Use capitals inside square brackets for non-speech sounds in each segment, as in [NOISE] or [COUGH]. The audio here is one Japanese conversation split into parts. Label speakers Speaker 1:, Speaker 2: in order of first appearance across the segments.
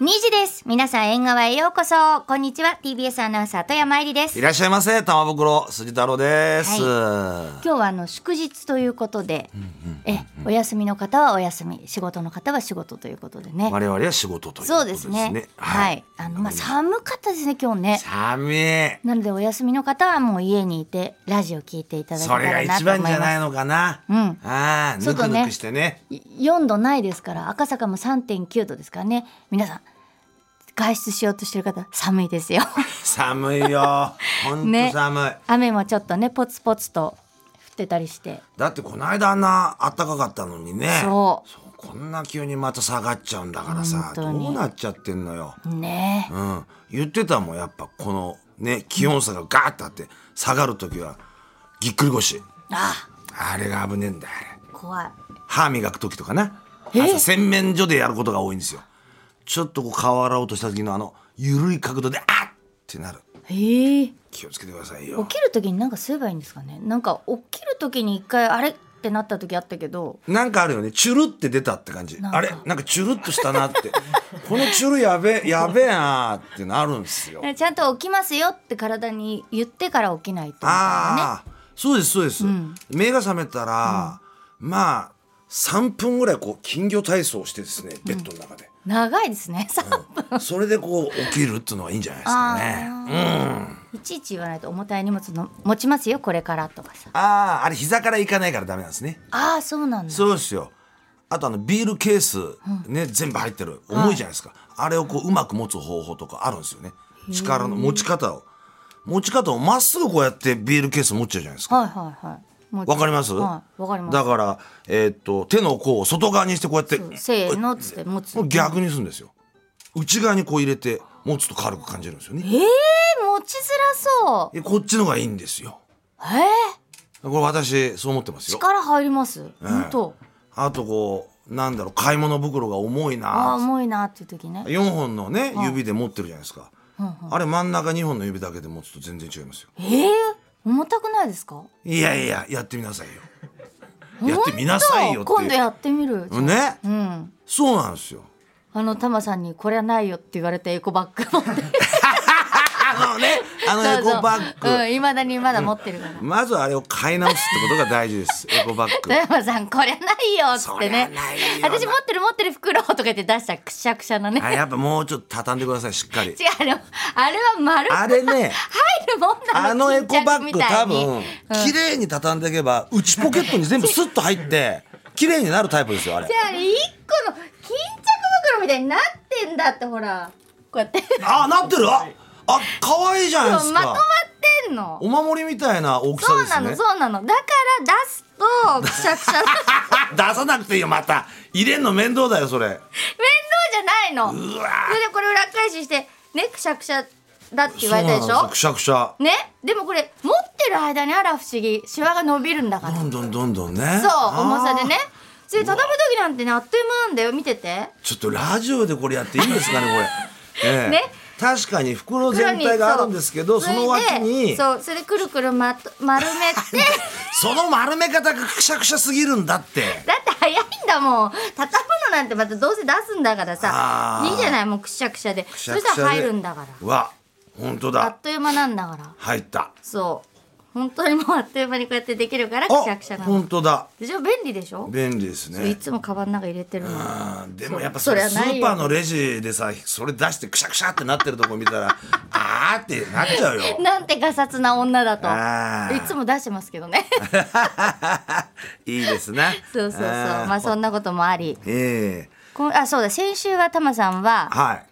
Speaker 1: 時です。皆さん縁側へようこそ。こんにちは。TBS アナウンサー富山えりです。
Speaker 2: いらっしゃいませ玉袋辻太郎です、
Speaker 1: 今日はあの祝日ということで、え、お休みの方はお休み、仕事の方は仕事ということでね。
Speaker 2: 我々は仕事というこ
Speaker 1: そ
Speaker 2: と
Speaker 1: う
Speaker 2: で
Speaker 1: ですす
Speaker 2: ね
Speaker 1: ね。はい。あのまあ寒かったですね今日ね。
Speaker 2: 寒い
Speaker 1: なのでお休みの方はもう家にいてラジオ聞いていただけた
Speaker 2: それが
Speaker 1: らな
Speaker 2: 一
Speaker 1: と思い
Speaker 2: 番
Speaker 1: ます。
Speaker 2: じゃないのかな、
Speaker 1: うん
Speaker 2: ああぬく
Speaker 1: 外
Speaker 2: ぬ
Speaker 1: ね
Speaker 2: くしてね
Speaker 1: 4度ないですから赤坂も3.9度ですからね皆さん外出しようとしてる方寒い
Speaker 2: [LAUGHS]
Speaker 1: ですよ
Speaker 2: 寒いよ
Speaker 1: [LAUGHS]
Speaker 2: ほんと
Speaker 1: ね
Speaker 2: 寒い、
Speaker 1: 雨もちょっとねポツポツと降ってたりして
Speaker 2: だってこの間あんな暖かかったのにね
Speaker 1: そ
Speaker 2: そうこんな急にまた下がっちゃうんだからさ
Speaker 1: 本
Speaker 2: ど
Speaker 1: 当に
Speaker 2: うなっちゃってんのよ、
Speaker 1: うね
Speaker 2: うん、言ってたもんやっぱこのね気温差がガーッとあって下がる時はぎっくり腰
Speaker 1: あ
Speaker 2: あれが危ねえんだよあれ
Speaker 1: 怖い
Speaker 2: 歯磨く時とかな
Speaker 1: え
Speaker 2: 朝洗面所でやることが多いんですよちょっとこう顔洗おうとした時のあの緩い角度であっってなる
Speaker 1: へえ
Speaker 2: 気をつけてください
Speaker 1: 起
Speaker 2: よ
Speaker 1: きる時に何かすればいいんですかねなんか起きる時に一回あれってなった時あったけど
Speaker 2: なんかあるよねチュルって出たって感じ
Speaker 1: なんか
Speaker 2: あれなんかチュルっとしたなって
Speaker 1: [LAUGHS]
Speaker 2: このチュルやべえやべえなーってなるんですよ
Speaker 1: ちゃんと起きますよって体に言ってから起きないとみたいなね
Speaker 2: ああそうですそうです、目が覚めたら、まあ3分ぐらいこう金魚体操をしてですねベッドの中で、
Speaker 1: 長いですねさ
Speaker 2: それでこう起きるっていうのはいいんじゃないですかね
Speaker 1: あーいちいち言わないと重たい荷物の持ちますよこれからとかさ
Speaker 2: あああれ膝からいかないからダメなんですね
Speaker 1: ああそうなんだ
Speaker 2: そうですよあとあのビールケースね、全部入ってる重いじゃないですか、あれをこううまく持つ方法とかあるんですよね力の持ち方を持ち方をまっすぐこうやってビールケース持っちゃうじゃないですか
Speaker 1: はいはいはいもう
Speaker 2: わかります
Speaker 1: はいわかります
Speaker 2: だから、えーっと手の甲を外側にしてこうやって
Speaker 1: そうせーのっつって持つ
Speaker 2: もう逆にするんですよ内側にこう入れて持つと軽く感じるんですよね
Speaker 1: えー、持ちづらそう
Speaker 2: でこっちのがいいんですよ
Speaker 1: えー、
Speaker 2: これ私そう思ってますよ
Speaker 1: 力入ります本当
Speaker 2: あとこうなんだろう買い物袋が重い
Speaker 1: ああ
Speaker 2: な
Speaker 1: 重いなっていう時ね
Speaker 2: 4本のね指で持ってるじゃないですか、あれ真ん中2本の指だけで持つと全然違いますよ
Speaker 1: えー、重たくないですか
Speaker 2: いやいややってみなさいよ
Speaker 1: 本
Speaker 2: や
Speaker 1: 当
Speaker 2: ってみなさいよって
Speaker 1: 今度
Speaker 2: い
Speaker 1: やってみる
Speaker 2: うね
Speaker 1: うん
Speaker 2: そうなんですよ
Speaker 1: あのタマさんにこれはないよって言われてエコバッグ持って
Speaker 2: あのねあ
Speaker 1: [LAUGHS]
Speaker 2: のエコバッグ
Speaker 1: そうそううん未だにまだ持ってるから
Speaker 2: まずあれを買い直すってことが大事です
Speaker 1: [LAUGHS]
Speaker 2: エコバッグ
Speaker 1: 富山さんこりゃないよっつってね
Speaker 2: そりゃないよな
Speaker 1: 私持ってる持ってる袋とか言って出したらくしゃくしゃのね
Speaker 2: あやっぱもうちょっと畳んでくださいしっかり
Speaker 1: [LAUGHS] 違うあれあれは丸く
Speaker 2: あれね
Speaker 1: 入るもんな
Speaker 2: あ
Speaker 1: の
Speaker 2: のエコバ
Speaker 1: 巾着
Speaker 2: ッグ
Speaker 1: みた
Speaker 2: 多
Speaker 1: いに
Speaker 2: 分
Speaker 1: うん
Speaker 2: 綺麗に畳んでいけば内ポケットに全部スッと入
Speaker 1: [LAUGHS]
Speaker 2: って綺麗になるタイプですよあれ
Speaker 1: じゃああれ一個の巾着袋みたいになってんだってほらこうやって
Speaker 2: あなってるああ可愛いじゃないで
Speaker 1: そう
Speaker 2: す
Speaker 1: まとまっ
Speaker 2: か
Speaker 1: てんの
Speaker 2: お守りみたいな大きさ
Speaker 1: そう
Speaker 2: で
Speaker 1: な
Speaker 2: す
Speaker 1: の
Speaker 2: ね
Speaker 1: そうなのだ
Speaker 2: [LAUGHS]
Speaker 1: から出すとくしゃくしゃ面倒
Speaker 2: あ [LAUGHS] 出さなくていいよまた入れんの面倒だよそれ
Speaker 1: じゃないの
Speaker 2: うわ
Speaker 1: それでこれ裏返ししてねくしゃくしゃだって言われたでし
Speaker 2: そうなの
Speaker 1: ょ
Speaker 2: くしゃくしゃ
Speaker 1: ねでもこれ持ってる間にあら不思議シワが伸びるんだから
Speaker 2: どんどんどんどんね
Speaker 1: そう重さでね
Speaker 2: あー
Speaker 1: それ畳む時なんてねあっという間なんだよ見てて
Speaker 2: ちょっとラジオでこれやっていいんですかねこれえ
Speaker 1: [LAUGHS]
Speaker 2: え
Speaker 1: ね
Speaker 2: 確かに
Speaker 1: 袋
Speaker 2: 袋全
Speaker 1: に
Speaker 2: 体があるんですけど
Speaker 1: う
Speaker 2: その脇
Speaker 1: それで
Speaker 2: に
Speaker 1: そうそれでくるくるまと丸め
Speaker 2: [LAUGHS]
Speaker 1: て
Speaker 2: その丸め方がくしゃくしゃすぎるんだって
Speaker 1: だって早いんだもん畳むのなんてまたどうせ出すんだからさ
Speaker 2: あー
Speaker 1: いいじゃないもうくしゃくしゃで
Speaker 2: くしゃくしゃ
Speaker 1: そしたら入るんだから
Speaker 2: うわ本当
Speaker 1: あっ
Speaker 2: だ
Speaker 1: という間なんだから
Speaker 2: 入った
Speaker 1: そう本当にもうあっという間にこうやってできるからくしゃくしゃ
Speaker 2: あ
Speaker 1: なの
Speaker 2: 本当だ
Speaker 1: でしょ便利でしょ、
Speaker 2: 便利です
Speaker 1: そうい
Speaker 2: ね
Speaker 1: つもカバンの中入れてるの
Speaker 2: うんで
Speaker 1: そ
Speaker 2: も
Speaker 1: う
Speaker 2: やっぱそれ
Speaker 1: そり
Speaker 2: ス
Speaker 1: ゃないよ
Speaker 2: ーパーのレジでさそれ出してくしゃくしゃってなってるとこ見たら [LAUGHS] あーってなっ
Speaker 1: [LAUGHS]
Speaker 2: ちゃうよ
Speaker 1: なんてがさつな女だ
Speaker 2: あ
Speaker 1: と
Speaker 2: ー
Speaker 1: いつも出してますけど
Speaker 2: [LAUGHS]
Speaker 1: ね
Speaker 2: いいですね
Speaker 1: そうそうそう
Speaker 2: あー
Speaker 1: まあそんなこともあり
Speaker 2: ええ
Speaker 1: こんあそうだ先週はタマさんは
Speaker 2: はい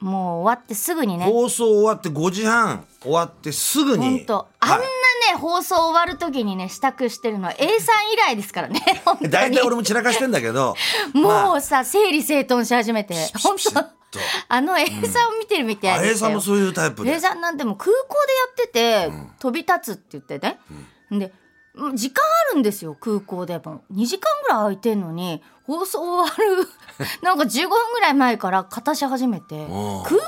Speaker 1: もう終わってすぐにね
Speaker 2: 放送終わって5時半終わってすぐに
Speaker 1: 本当あん
Speaker 2: は
Speaker 1: ないね、放送終わる時にね支度してるのは A さん以来ですからね本当に
Speaker 2: [LAUGHS] 大体俺も散らかしてんだ
Speaker 1: [LAUGHS]
Speaker 2: けど
Speaker 1: も
Speaker 2: まあ
Speaker 1: うさ整理整頓し始めて
Speaker 2: ピシ
Speaker 1: 本
Speaker 2: ピシッ
Speaker 1: 当
Speaker 2: と
Speaker 1: [LAUGHS] あの A さんを見てるみたい
Speaker 2: あ
Speaker 1: でし
Speaker 2: A
Speaker 1: た
Speaker 2: さん
Speaker 1: よ
Speaker 2: もそういうタイプで
Speaker 1: レーザーなんてもう空港でやってて、飛び立つって言ってね、でもう時間あるんですよ空港でも2時間ぐらい空いてんのに放送終 [LAUGHS] わるなんか15分ぐらい前から片し始めて空
Speaker 2: ん
Speaker 1: 港で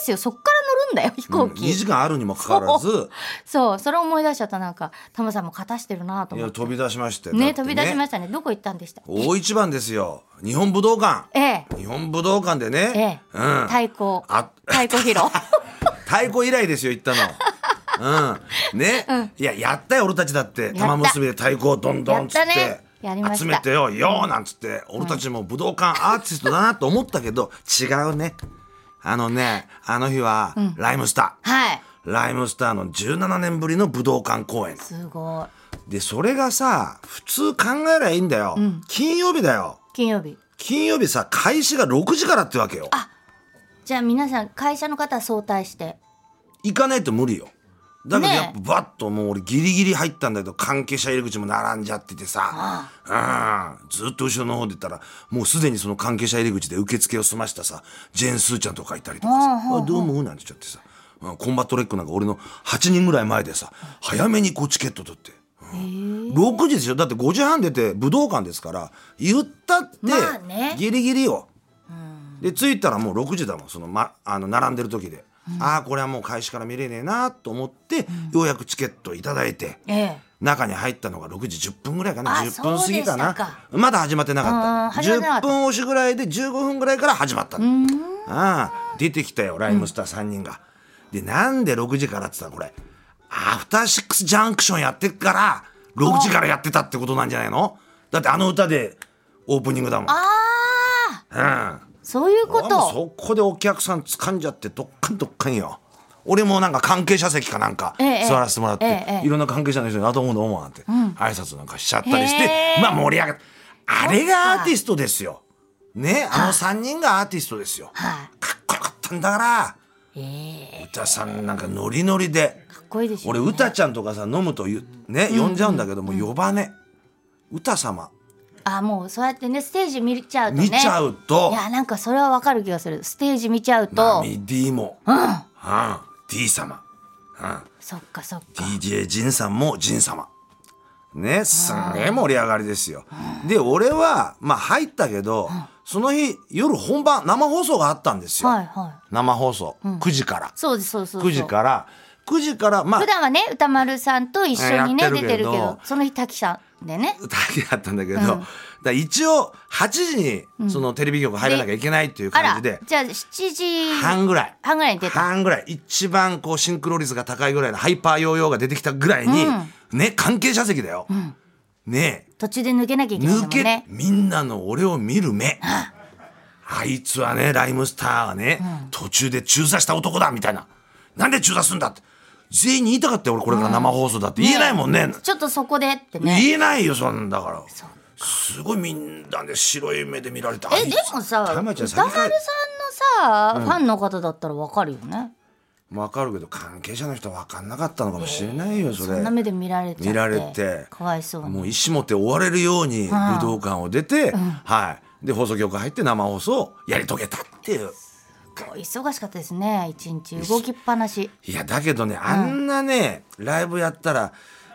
Speaker 1: すよそっからんだよ飛行機、
Speaker 2: 2時間あるにもかかわらず
Speaker 1: そうそれ思い出しちゃったなんかタマさんも勝たしてるなと
Speaker 2: い
Speaker 1: 思っ
Speaker 2: や
Speaker 1: て
Speaker 2: 飛び出しまして
Speaker 1: ね飛び出しま
Speaker 2: し
Speaker 1: したねどこ行ったんでした
Speaker 2: 大一番ですよ日本武道館
Speaker 1: ええ
Speaker 2: 日本武道館でね、
Speaker 1: ええ
Speaker 2: うん、
Speaker 1: 太鼓
Speaker 2: あ
Speaker 1: 太鼓披露
Speaker 2: 太鼓以来ですよ
Speaker 1: [LAUGHS]
Speaker 2: 行ったのうんね、いややったよ俺たちだって
Speaker 1: った
Speaker 2: 玉結びで太鼓をどんどんっつっ
Speaker 1: や
Speaker 2: て、
Speaker 1: ったねやりました
Speaker 2: 集めてよよなんつって、俺たちも武道館アーティストだなと思ったけど違うねあのねあの日は、ライムスター、
Speaker 1: はい
Speaker 2: ライムスターの17年ぶりの武道館公演
Speaker 1: すご
Speaker 2: でそれがさ普通考えりゃいいんだよ、金曜日だよ
Speaker 1: い金曜日
Speaker 2: 金曜日さ開始が6時からってわけよ
Speaker 1: じゃあ皆さん会社の方は早退して
Speaker 2: 行かないと無理よだけど
Speaker 1: ねえ
Speaker 2: やっぱバッともう俺ギリギリ入ったんだけど関係者入り口も並んじゃっててさうんずっと後ろの方で言ったらもうすでにその関係者入り口で受付を済ましたさジェーン・スーちゃんとかいたりとかさ「あどうも」なんて言っちゃってさうんコンバットレックなんか俺の8人ぐらい前でさ早めにこうチケット取って。うん6時でしょだって5時半出て武道館ですから言ったって
Speaker 1: まあね
Speaker 2: ギリギリよ、で着いたらもう6時だもんその、ま、あの並んでる時で、ああこれはもう開始から見れねえなと思って、ようやくチケットいただいて
Speaker 1: ええ
Speaker 2: 中に入ったのが6時10分ぐらいかな
Speaker 1: あ
Speaker 2: 10分過ぎか
Speaker 1: そう
Speaker 2: な
Speaker 1: でしたか
Speaker 2: まだ始まってな
Speaker 1: あー
Speaker 2: かった
Speaker 1: 始まってなか
Speaker 2: 10
Speaker 1: った
Speaker 2: 分押しぐらいで15分ぐらいから始まったのああ出てきたよライムスター3人が、でなんで6時からって言ったらこれアフターシックスジャンクションやってっから6時からやってたってことなんじゃないのだってあの歌でオープニングだもん
Speaker 1: ああ
Speaker 2: うん
Speaker 1: そういうこ
Speaker 2: 俺はもう
Speaker 1: と
Speaker 2: そこでお客さん掴んじゃってどっかんどっかんよ俺もなんか関係者席かなんか
Speaker 1: ええ
Speaker 2: 座らせてもらって、
Speaker 1: ええええ
Speaker 2: いろんな関係者の人に「あどうもどうも」なんて挨拶なんかしちゃったりして、
Speaker 1: へえ
Speaker 2: まあ盛り上がっあれ
Speaker 1: そっ
Speaker 2: が
Speaker 1: か
Speaker 2: アーティストですよねあの3人がアーティストですよ
Speaker 1: は
Speaker 2: かっこよかったんだから
Speaker 1: いえ
Speaker 2: 歌さんなんかノリノリで
Speaker 1: えかっこいいでしょ
Speaker 2: 俺歌ちゃんとかさ飲むと言うね呼んじゃうんだけども呼ばね歌様
Speaker 1: あもうそうやってねステージ見ちゃうとね
Speaker 2: 見ちゃうと、
Speaker 1: いやなんかそれはわかる気がするステージ見ちゃう
Speaker 2: マ
Speaker 1: と
Speaker 2: ミ D も、うん、D 様、うん、
Speaker 1: そっかそっか
Speaker 2: DJ ジンさんもジン様ねすんげえ盛り上がりですよで俺はまあ入ったけどその日夜本番生放送があったんですよ、
Speaker 1: はいはい
Speaker 2: 生放送9時から
Speaker 1: そうですそうですそう
Speaker 2: 9
Speaker 1: です
Speaker 2: 時から9時からまあ
Speaker 1: 普段はね歌丸さんと一緒にね
Speaker 2: やっ
Speaker 1: 出
Speaker 2: てるけど
Speaker 1: てるけどその日滝さんでね
Speaker 2: だけだったんだけど、だから一応8時にそのテレビ局入らなきゃいけないっていう
Speaker 1: あ
Speaker 2: 感
Speaker 1: ら
Speaker 2: じで
Speaker 1: じゃあ7時
Speaker 2: 半ぐらい
Speaker 1: 半ぐらいに出た
Speaker 2: 半ぐらい一番こうシンクロ率が高いぐらいのハイパーヨーヨーが出てきたぐらいに、ね関係者席だよ、ねえ
Speaker 1: 途中で抜けなきゃいけないんだ
Speaker 2: 抜
Speaker 1: もん
Speaker 2: け、
Speaker 1: ね
Speaker 2: みんなの俺を見る目あいつはねライムスターはね、途中で中座した男だみたいななんで中座すんだって全員に言いたかったよ俺これから生放送だって、言えないもんね
Speaker 1: ちょっとそこでってね
Speaker 2: 言えないよそんだからすごいみんなで白い目で見られた
Speaker 1: えでもさ歌
Speaker 2: 玉
Speaker 1: 丸
Speaker 2: ちゃん
Speaker 1: さんの
Speaker 2: 先帰
Speaker 1: さファンの方だったらわかるよね
Speaker 2: 分かるけど関係者の人分かんなかったのかもしれないよそ
Speaker 1: そ
Speaker 2: れ、
Speaker 1: んな目で見られちゃって
Speaker 2: 見られて
Speaker 1: かわいそうに
Speaker 2: もう石持って追われるように武道館を出て、はいで放送局入って生放送をやり遂げたっていう
Speaker 1: お忙しかったですね一日動きっぱなし
Speaker 2: いやだけどねあんなね、ライブやったら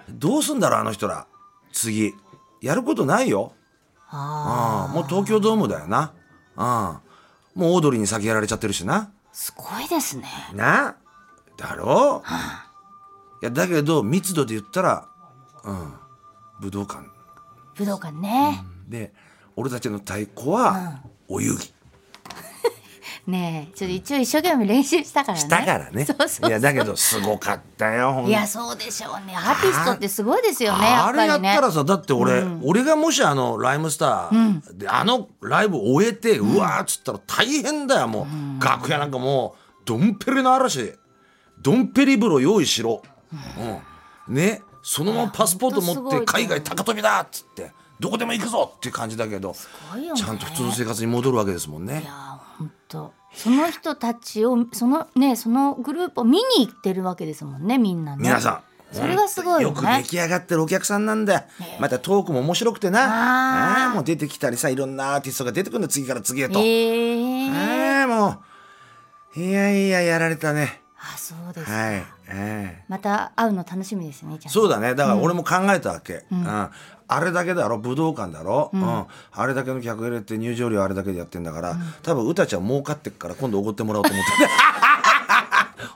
Speaker 2: どうすんだろうあの人ら次やることないよ
Speaker 1: あ
Speaker 2: ああもう東京ドームだよなああもうオードリーに先やられちゃってるしな
Speaker 1: ーすごいですね
Speaker 2: なだろう、いやだけど密度で言ったらうん武道館
Speaker 1: 武道館ね、
Speaker 2: で俺たちの太鼓はお遊戯
Speaker 1: ねえちょっと一応一生懸命練習したからね
Speaker 2: だからね
Speaker 1: [LAUGHS] そうそうそう
Speaker 2: いやだけどすごかったよほんと
Speaker 1: いやそうでしょうねアーティストってすごいですよねやっ
Speaker 2: あ
Speaker 1: ぱ
Speaker 2: れや
Speaker 1: り
Speaker 2: っ
Speaker 1: ね
Speaker 2: たらさだって俺、俺がもしあのライムスターで、あのライブ終えてうわーっつったら大変だよもう、楽屋なんかもうドンペリの嵐ドンペリ風呂用意しろ、うんねそのままパスポート持
Speaker 1: ほん
Speaker 2: っ
Speaker 1: とすご
Speaker 2: て
Speaker 1: い
Speaker 2: 海外高飛びだっつってどこでも行くぞっていう感じだけど、
Speaker 1: すごいよね
Speaker 2: ちゃんと普通の生活に戻るわけですもんね
Speaker 1: いや本当その人たちをそのねそのグループを見に行ってるわけですもんねみんなね
Speaker 2: 皆さん
Speaker 1: それがすごいよ
Speaker 2: よ
Speaker 1: ね
Speaker 2: く出来上がってるお客さんなんだよまたトークも面白くて
Speaker 1: あ
Speaker 2: な
Speaker 1: ー
Speaker 2: あーもう出てきたりさいろんなアーティストが出てくるの次から次へと
Speaker 1: ええ
Speaker 2: ええもういやいややられたね
Speaker 1: あそうです、
Speaker 2: はい、ええ
Speaker 1: また会うの楽しみですねじゃあ
Speaker 2: そうだねだから俺も考えたわけ、うんあれだけだろ武道館だろ、うんあれだけの客入れて
Speaker 1: [LAUGHS]
Speaker 2: 入場料あれだけでやってんだから、多分うたちゃん儲かってっから今度おごってもらおうと思って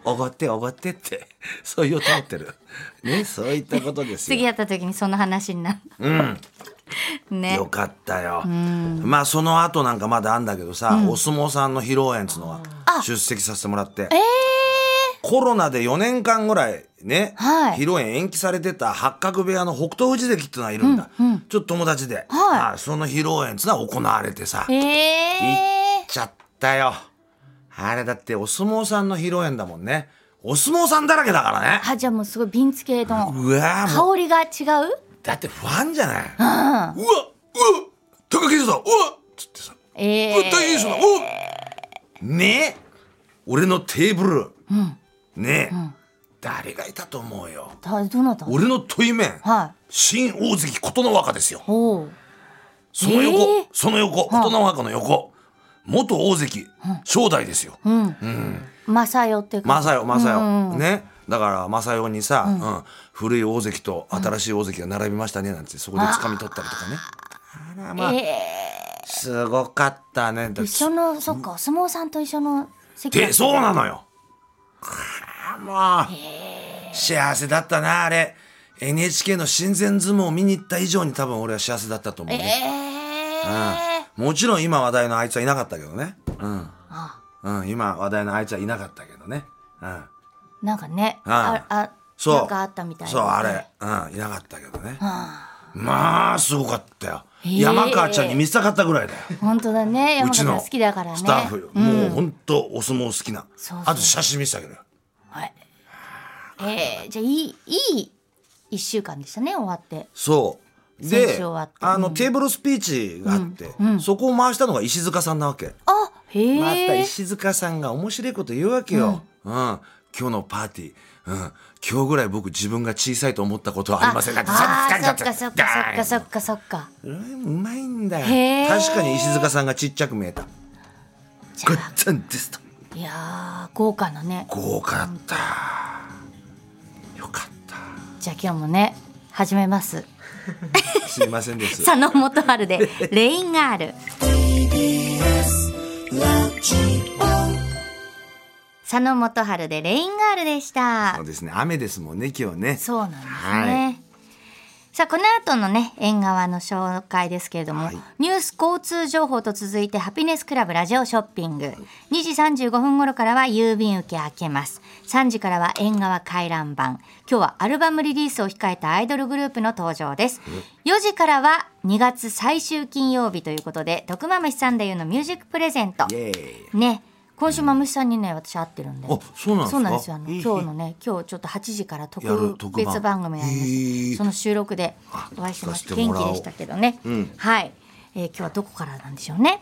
Speaker 2: おごっておごってってそういう通ってるねそういったことですよ
Speaker 1: 次やった時にその話になる。うん。ね
Speaker 2: よ。かったよ。まあその後なんかまだあんだけどさ、お相撲さんの披露宴っつうのは出席させてもらって、コロナで4年間ぐらいね、
Speaker 1: はい
Speaker 2: 披露宴延期されてた八角部屋の北東富士関っていうのはいるんだ、ちょっと友達で、あその披露宴っつうのは行われてさ、
Speaker 1: え
Speaker 2: 行っ
Speaker 1: え。
Speaker 2: ちゃったよ。あれだってお相撲さんの披露宴だもんね。お相撲さんだらけだからね。
Speaker 1: あじゃあもうすごい瓶付けの
Speaker 2: うわーも
Speaker 1: 香
Speaker 2: う
Speaker 1: りが違う。
Speaker 2: だって不安じゃない、うわうわ高木さんうわっつってさ
Speaker 1: え
Speaker 2: うわ大変そうだうわねえ俺のテーブル、ねえ、誰がいたと思うよ
Speaker 1: だどなた。
Speaker 2: 俺の対面、
Speaker 1: は
Speaker 2: 新大関琴ノ若ですよ
Speaker 1: い。おう。
Speaker 2: その横、
Speaker 1: えー
Speaker 2: その横琴ノ若の横元大関、正代ですよ、
Speaker 1: マサヨって
Speaker 2: マ
Speaker 1: か。
Speaker 2: サヨマサヨねだからマサヨにさ、うん古い大関と新しい大関が並びましたねなんてそこで掴み取ったりとかねあらまあ、すごかったねだ
Speaker 1: 一緒のそっかお相撲さんと一緒の席だ
Speaker 2: でそうなのよあらもう幸せだったなあれ NHK の親善相撲を見に行った以上に多分俺は幸せだったと思う
Speaker 1: え
Speaker 2: ね、
Speaker 1: え
Speaker 2: もちろん今話題のあいつはいなかったけどねうん、うん、今話題のあいつはいなかったけどねうん
Speaker 1: なんかね
Speaker 2: はい
Speaker 1: ああ
Speaker 2: そう
Speaker 1: なんかあったみたいな
Speaker 2: そうあれうんいなかったけどねまあすごかったよ山川ちゃんに見せたかったぐらいだよ
Speaker 1: 本当だね山
Speaker 2: うち
Speaker 1: 形
Speaker 2: の
Speaker 1: 好きだからね
Speaker 2: スタッフもう本当お相撲好きな
Speaker 1: そうそう
Speaker 2: あと写真見せてあげるよ
Speaker 1: はいえー、じゃあいいいい一週間でしたね終わって
Speaker 2: そう
Speaker 1: 選手
Speaker 2: で
Speaker 1: 終わって
Speaker 2: あのテーブルスピーチがあってそこを回したのが石塚さんなわけ
Speaker 1: あへえ、
Speaker 2: また石塚さんが面白いこと言うわけようん今日のパーティーうん今日ぐらい僕自分が小さいと思ったことはありませんだって
Speaker 1: あ
Speaker 2: さ
Speaker 1: ーそっ
Speaker 2: っきから
Speaker 1: か
Speaker 2: ち
Speaker 1: そ
Speaker 2: ょ
Speaker 1: っ
Speaker 2: とダーン
Speaker 1: かそっかそっか
Speaker 2: うんうまいんだよ
Speaker 1: へー
Speaker 2: 確かに石塚さんがちっちゃく見えた
Speaker 1: じゃ
Speaker 2: ごっつんですと
Speaker 1: いやー豪華なね
Speaker 2: 豪華だったよかっ
Speaker 1: じゃあ今日もね始めます
Speaker 2: たすいません
Speaker 1: [LAUGHS]
Speaker 2: です
Speaker 1: 佐野元春で「レインガール」佐野元春で「レインガール」でした
Speaker 2: そうですね雨ですもんね今日ね
Speaker 1: そうなんですね、
Speaker 2: は
Speaker 1: さあこの後のね縁側の紹介ですけれども、ニュース交通情報と続いてハピネスクラブラジオショッピング2時35分頃からは郵便受け開けます3時からは縁側回覧版今日はアルバムリリースを控えたアイドルグループの登場です4時からは2月最終金曜日ということで徳間虫さんだよのミュージックプレゼント
Speaker 2: イエーイ
Speaker 1: ね今週まむしさんにね私会ってるんで
Speaker 2: あそうなんですか
Speaker 1: そうなんですよあの
Speaker 2: いい
Speaker 1: 今日のね今日ちょっと8時から特
Speaker 2: やる特番
Speaker 1: 別番組やりま
Speaker 2: へ
Speaker 1: し
Speaker 2: え
Speaker 1: たその収録でお会いしてまし
Speaker 2: 聞
Speaker 1: た
Speaker 2: かせて
Speaker 1: 元
Speaker 2: もらお
Speaker 1: 気
Speaker 2: う
Speaker 1: でしたけどね、はい、えー今日はどこからなんでしょうね、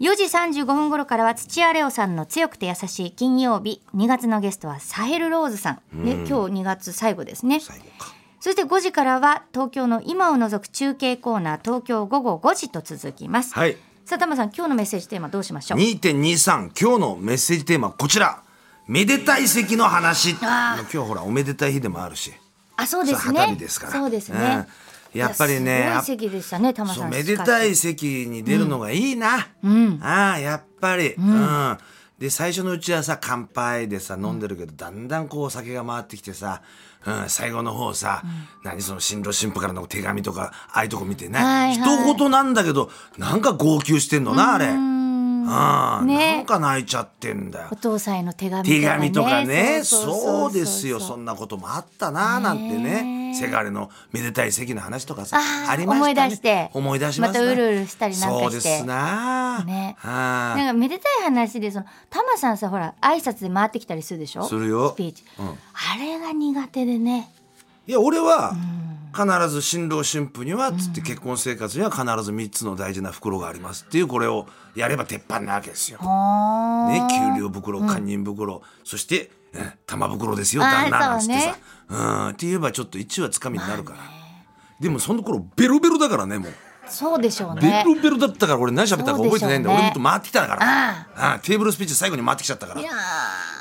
Speaker 1: 4時35分頃からは土屋レオさんの強くて優しい金曜日2月のゲストはサヘルローズさん、ね今日2月最後ですね
Speaker 2: 最後か
Speaker 1: そして5時からは東京の今を除く中継コーナー東京午後5時と続きます、
Speaker 2: はい
Speaker 1: さあタマさん今日のメッセージテーマどうしましょう
Speaker 2: 2.23今日のメッセージテーマこちらめでたい席の話今日ほらおめでたい日でもあるし
Speaker 1: あそうです
Speaker 2: そう
Speaker 1: ね
Speaker 2: 旗日ですから
Speaker 1: そうですね、
Speaker 2: うんやっぱりね
Speaker 1: いやすごい席でしたね玉
Speaker 2: そ
Speaker 1: さ
Speaker 2: うんめでたい席に出るのがいいな、ああやっぱり、うんで最初のうちはさ乾杯でさ飲んでるけど、だんだんこうお酒が回ってきてさ、うん、最後の方さ、何その新郎新婦からの手紙とかああいうとこ見てね、
Speaker 1: はいはい
Speaker 2: 一言なんだけどなんか号泣してんのなあれ、ああ
Speaker 1: ね
Speaker 2: なんか泣いちゃってんだよ
Speaker 1: お父さんへの手紙とかね
Speaker 2: 手紙とかねそう
Speaker 1: そうそうそうそう
Speaker 2: ですよそんなこともあったななんてねせがれのめでたい席の話とかさ
Speaker 1: あ
Speaker 2: あ
Speaker 1: ー
Speaker 2: りましたね
Speaker 1: 思い出して
Speaker 2: 思い出しますな
Speaker 1: またうるうるしたりなんかして
Speaker 2: そうですな
Speaker 1: ね
Speaker 2: は
Speaker 1: なん
Speaker 2: い
Speaker 1: かめでたい話でそのタマさんさほら挨拶で回ってきたりするでしょ
Speaker 2: するよ
Speaker 1: スピーチ、
Speaker 2: うん
Speaker 1: あれが苦手でね
Speaker 2: いや俺は必ず新郎新婦にはつって結婚生活には必ず3つの大事な袋がありますっていうこれをやれば鉄板なわけですよ。
Speaker 1: あ
Speaker 2: ね、給料袋堪忍袋、そして、うん玉袋ですよ
Speaker 1: あー
Speaker 2: 旦那なんつっ
Speaker 1: そう
Speaker 2: て
Speaker 1: ね
Speaker 2: さう、んって言えばちょっと一はつかみになるから、でもその頃ベロベロだからねもう
Speaker 1: ーそうでしょう
Speaker 2: ベ
Speaker 1: ね
Speaker 2: ロベロだったから俺何喋ったか覚えてないんだ、
Speaker 1: そうでしょうね
Speaker 2: 俺もっと回ってきたから
Speaker 1: あ
Speaker 2: あーテーブルスピーチ最後に回ってきちゃったから
Speaker 1: いや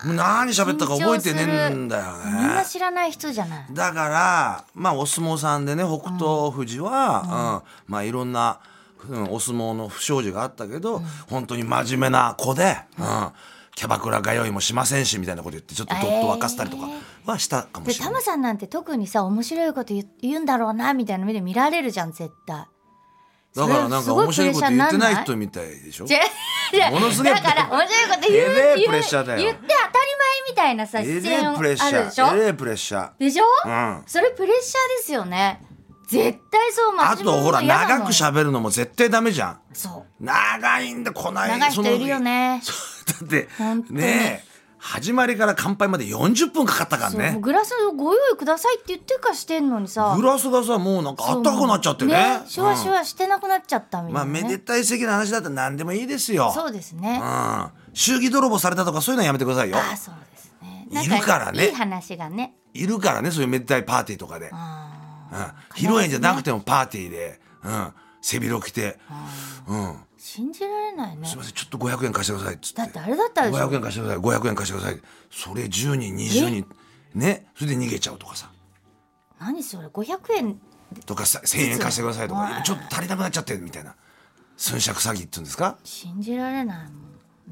Speaker 2: も
Speaker 1: ー
Speaker 2: う何喋ったか覚えてねえんだよ
Speaker 1: みんな
Speaker 2: ね
Speaker 1: 知らない人じゃない
Speaker 2: だからまあお相撲さんでね北勝富士は、うんまあいろんな、うん、お相撲の不祥事があったけど、本当に真面目な子で、うんキャバクラ通いもしませんしみたいなこと言ってちょっとどっと沸かせたりとかはしたかも
Speaker 1: で
Speaker 2: しれ
Speaker 1: タ
Speaker 2: な
Speaker 1: マ
Speaker 2: い
Speaker 1: さんなんて特にさ面白いこと言う言うんだろうなみたいな目で見られるじゃん絶対
Speaker 2: だからなん
Speaker 1: す
Speaker 2: か
Speaker 1: ごい
Speaker 2: 面
Speaker 1: プ
Speaker 2: 白
Speaker 1: レ
Speaker 2: い
Speaker 1: ッシャー
Speaker 2: こと
Speaker 1: に
Speaker 2: 言
Speaker 1: な
Speaker 2: っ
Speaker 1: ん
Speaker 2: て
Speaker 1: ない
Speaker 2: ない人みたいでしょ
Speaker 1: 違う違う
Speaker 2: ものすげえ
Speaker 1: だから面白いこと言う
Speaker 2: えれえ
Speaker 1: 言う
Speaker 2: プレッシャーだよ
Speaker 1: 言って当たり前みたいなさ
Speaker 2: え
Speaker 1: 出
Speaker 2: れ
Speaker 1: 演
Speaker 2: えプレッシ
Speaker 1: ある
Speaker 2: ャ
Speaker 1: でしょ
Speaker 2: ーえれえプレッシャー
Speaker 1: でしょ、
Speaker 2: うん
Speaker 1: それプレッシャーですよね絶対そう
Speaker 2: あ
Speaker 1: 真面目
Speaker 2: と
Speaker 1: な
Speaker 2: ほ
Speaker 1: こ
Speaker 2: ら
Speaker 1: 嫌なの
Speaker 2: 長く喋るのも絶対ダメじゃん
Speaker 1: そう
Speaker 2: 長いんだこない
Speaker 1: 長い人いるよね
Speaker 2: [LAUGHS] そのだって
Speaker 1: 本当に
Speaker 2: ねえ始まりから乾杯まで40分かかったから
Speaker 1: そうも
Speaker 2: ね
Speaker 1: うグラスをご用意くださいって言ってからしてんのにさ
Speaker 2: グラスがさもうなんかあったかくなっちゃってね
Speaker 1: シュワシュワしてなくなっちゃったみたいな、ね
Speaker 2: まあめでたい席の話だったら何でもいいですよ
Speaker 1: そうですね、あ
Speaker 2: うん祝儀泥棒されたとかそういうのはやめてくださいよ
Speaker 1: あそうですねなん
Speaker 2: いるからね
Speaker 1: いい話がね
Speaker 2: いるからねそういうめでたいパーティーとかで、うん、
Speaker 1: あ
Speaker 2: 披露宴じゃなくてもパーティーで、うん、背広着て「うん
Speaker 1: ー信じられないね
Speaker 2: すいませんちょっと500円貸してください」っつって
Speaker 1: だってあれだったでしょ
Speaker 2: 500円貸してください500円貸してくださいそれ10人20人ねそれで逃げちゃうとかさ
Speaker 1: 何それ500円
Speaker 2: とかさ1000円貸してくださいと
Speaker 1: う
Speaker 2: か
Speaker 1: ん
Speaker 2: ちょっと足りなくなっちゃってみたいな寸借詐欺っていうんですか
Speaker 1: 信じられないも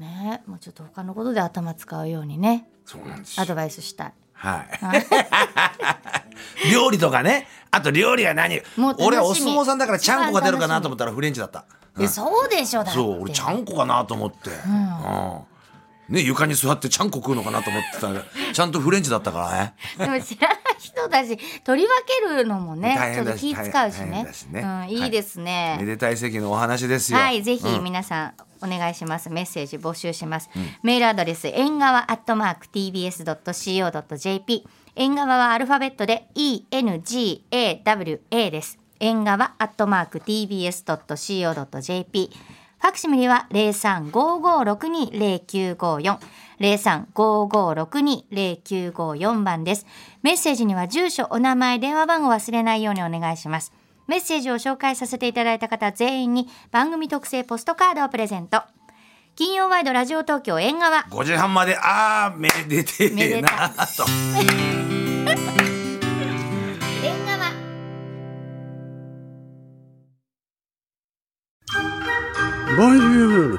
Speaker 1: んねもうちょっと他のことで頭使うようにね
Speaker 2: そうなんです
Speaker 1: ア
Speaker 2: よ
Speaker 1: ドバイスしたい [LAUGHS]
Speaker 2: はい。料理とかね。あと料理は何
Speaker 1: もう楽しみ
Speaker 2: 俺はお相撲さんだからちゃんこが出るかなと思ったらフレンチだった。
Speaker 1: いやそうでしょだって
Speaker 2: そう、俺ちゃんこかなと思って。うん。ね、床に座ってちゃんこ食うのかなと思ってたら、ちゃんとフレンチだったからね。
Speaker 1: でも知らない人だし取り分けるのもね
Speaker 2: 大
Speaker 1: ちょっ
Speaker 2: 変
Speaker 1: と
Speaker 2: だ
Speaker 1: 気
Speaker 2: し
Speaker 1: 使うし
Speaker 2: 大
Speaker 1: ね
Speaker 2: 変だしね
Speaker 1: うん、いいですね、
Speaker 2: めでたい席のお話ですよ。
Speaker 1: はい、ぜひ皆さんお願いします。メッセージ募集します。メールアドレス、縁側アットマーク tbs ドット co ドット jp。縁側はアルファベットで e n g a w a です。縁側アットマーク tbs ドット co ドット jp。ファクシミリは零三五五六二零九五四零三五五六二零九五四番です。メッセージには住所、お名前、電話番号忘れないようにお願いします。メッセージを紹介させていただいた方全員に番組特製ポストカードをプレゼント。金曜ワイドラジオ東京縁側。
Speaker 2: 5時半まで、あー、めでて
Speaker 1: め
Speaker 2: え
Speaker 1: で
Speaker 2: な
Speaker 1: た
Speaker 2: と。
Speaker 1: 縁側。
Speaker 3: ボンジュール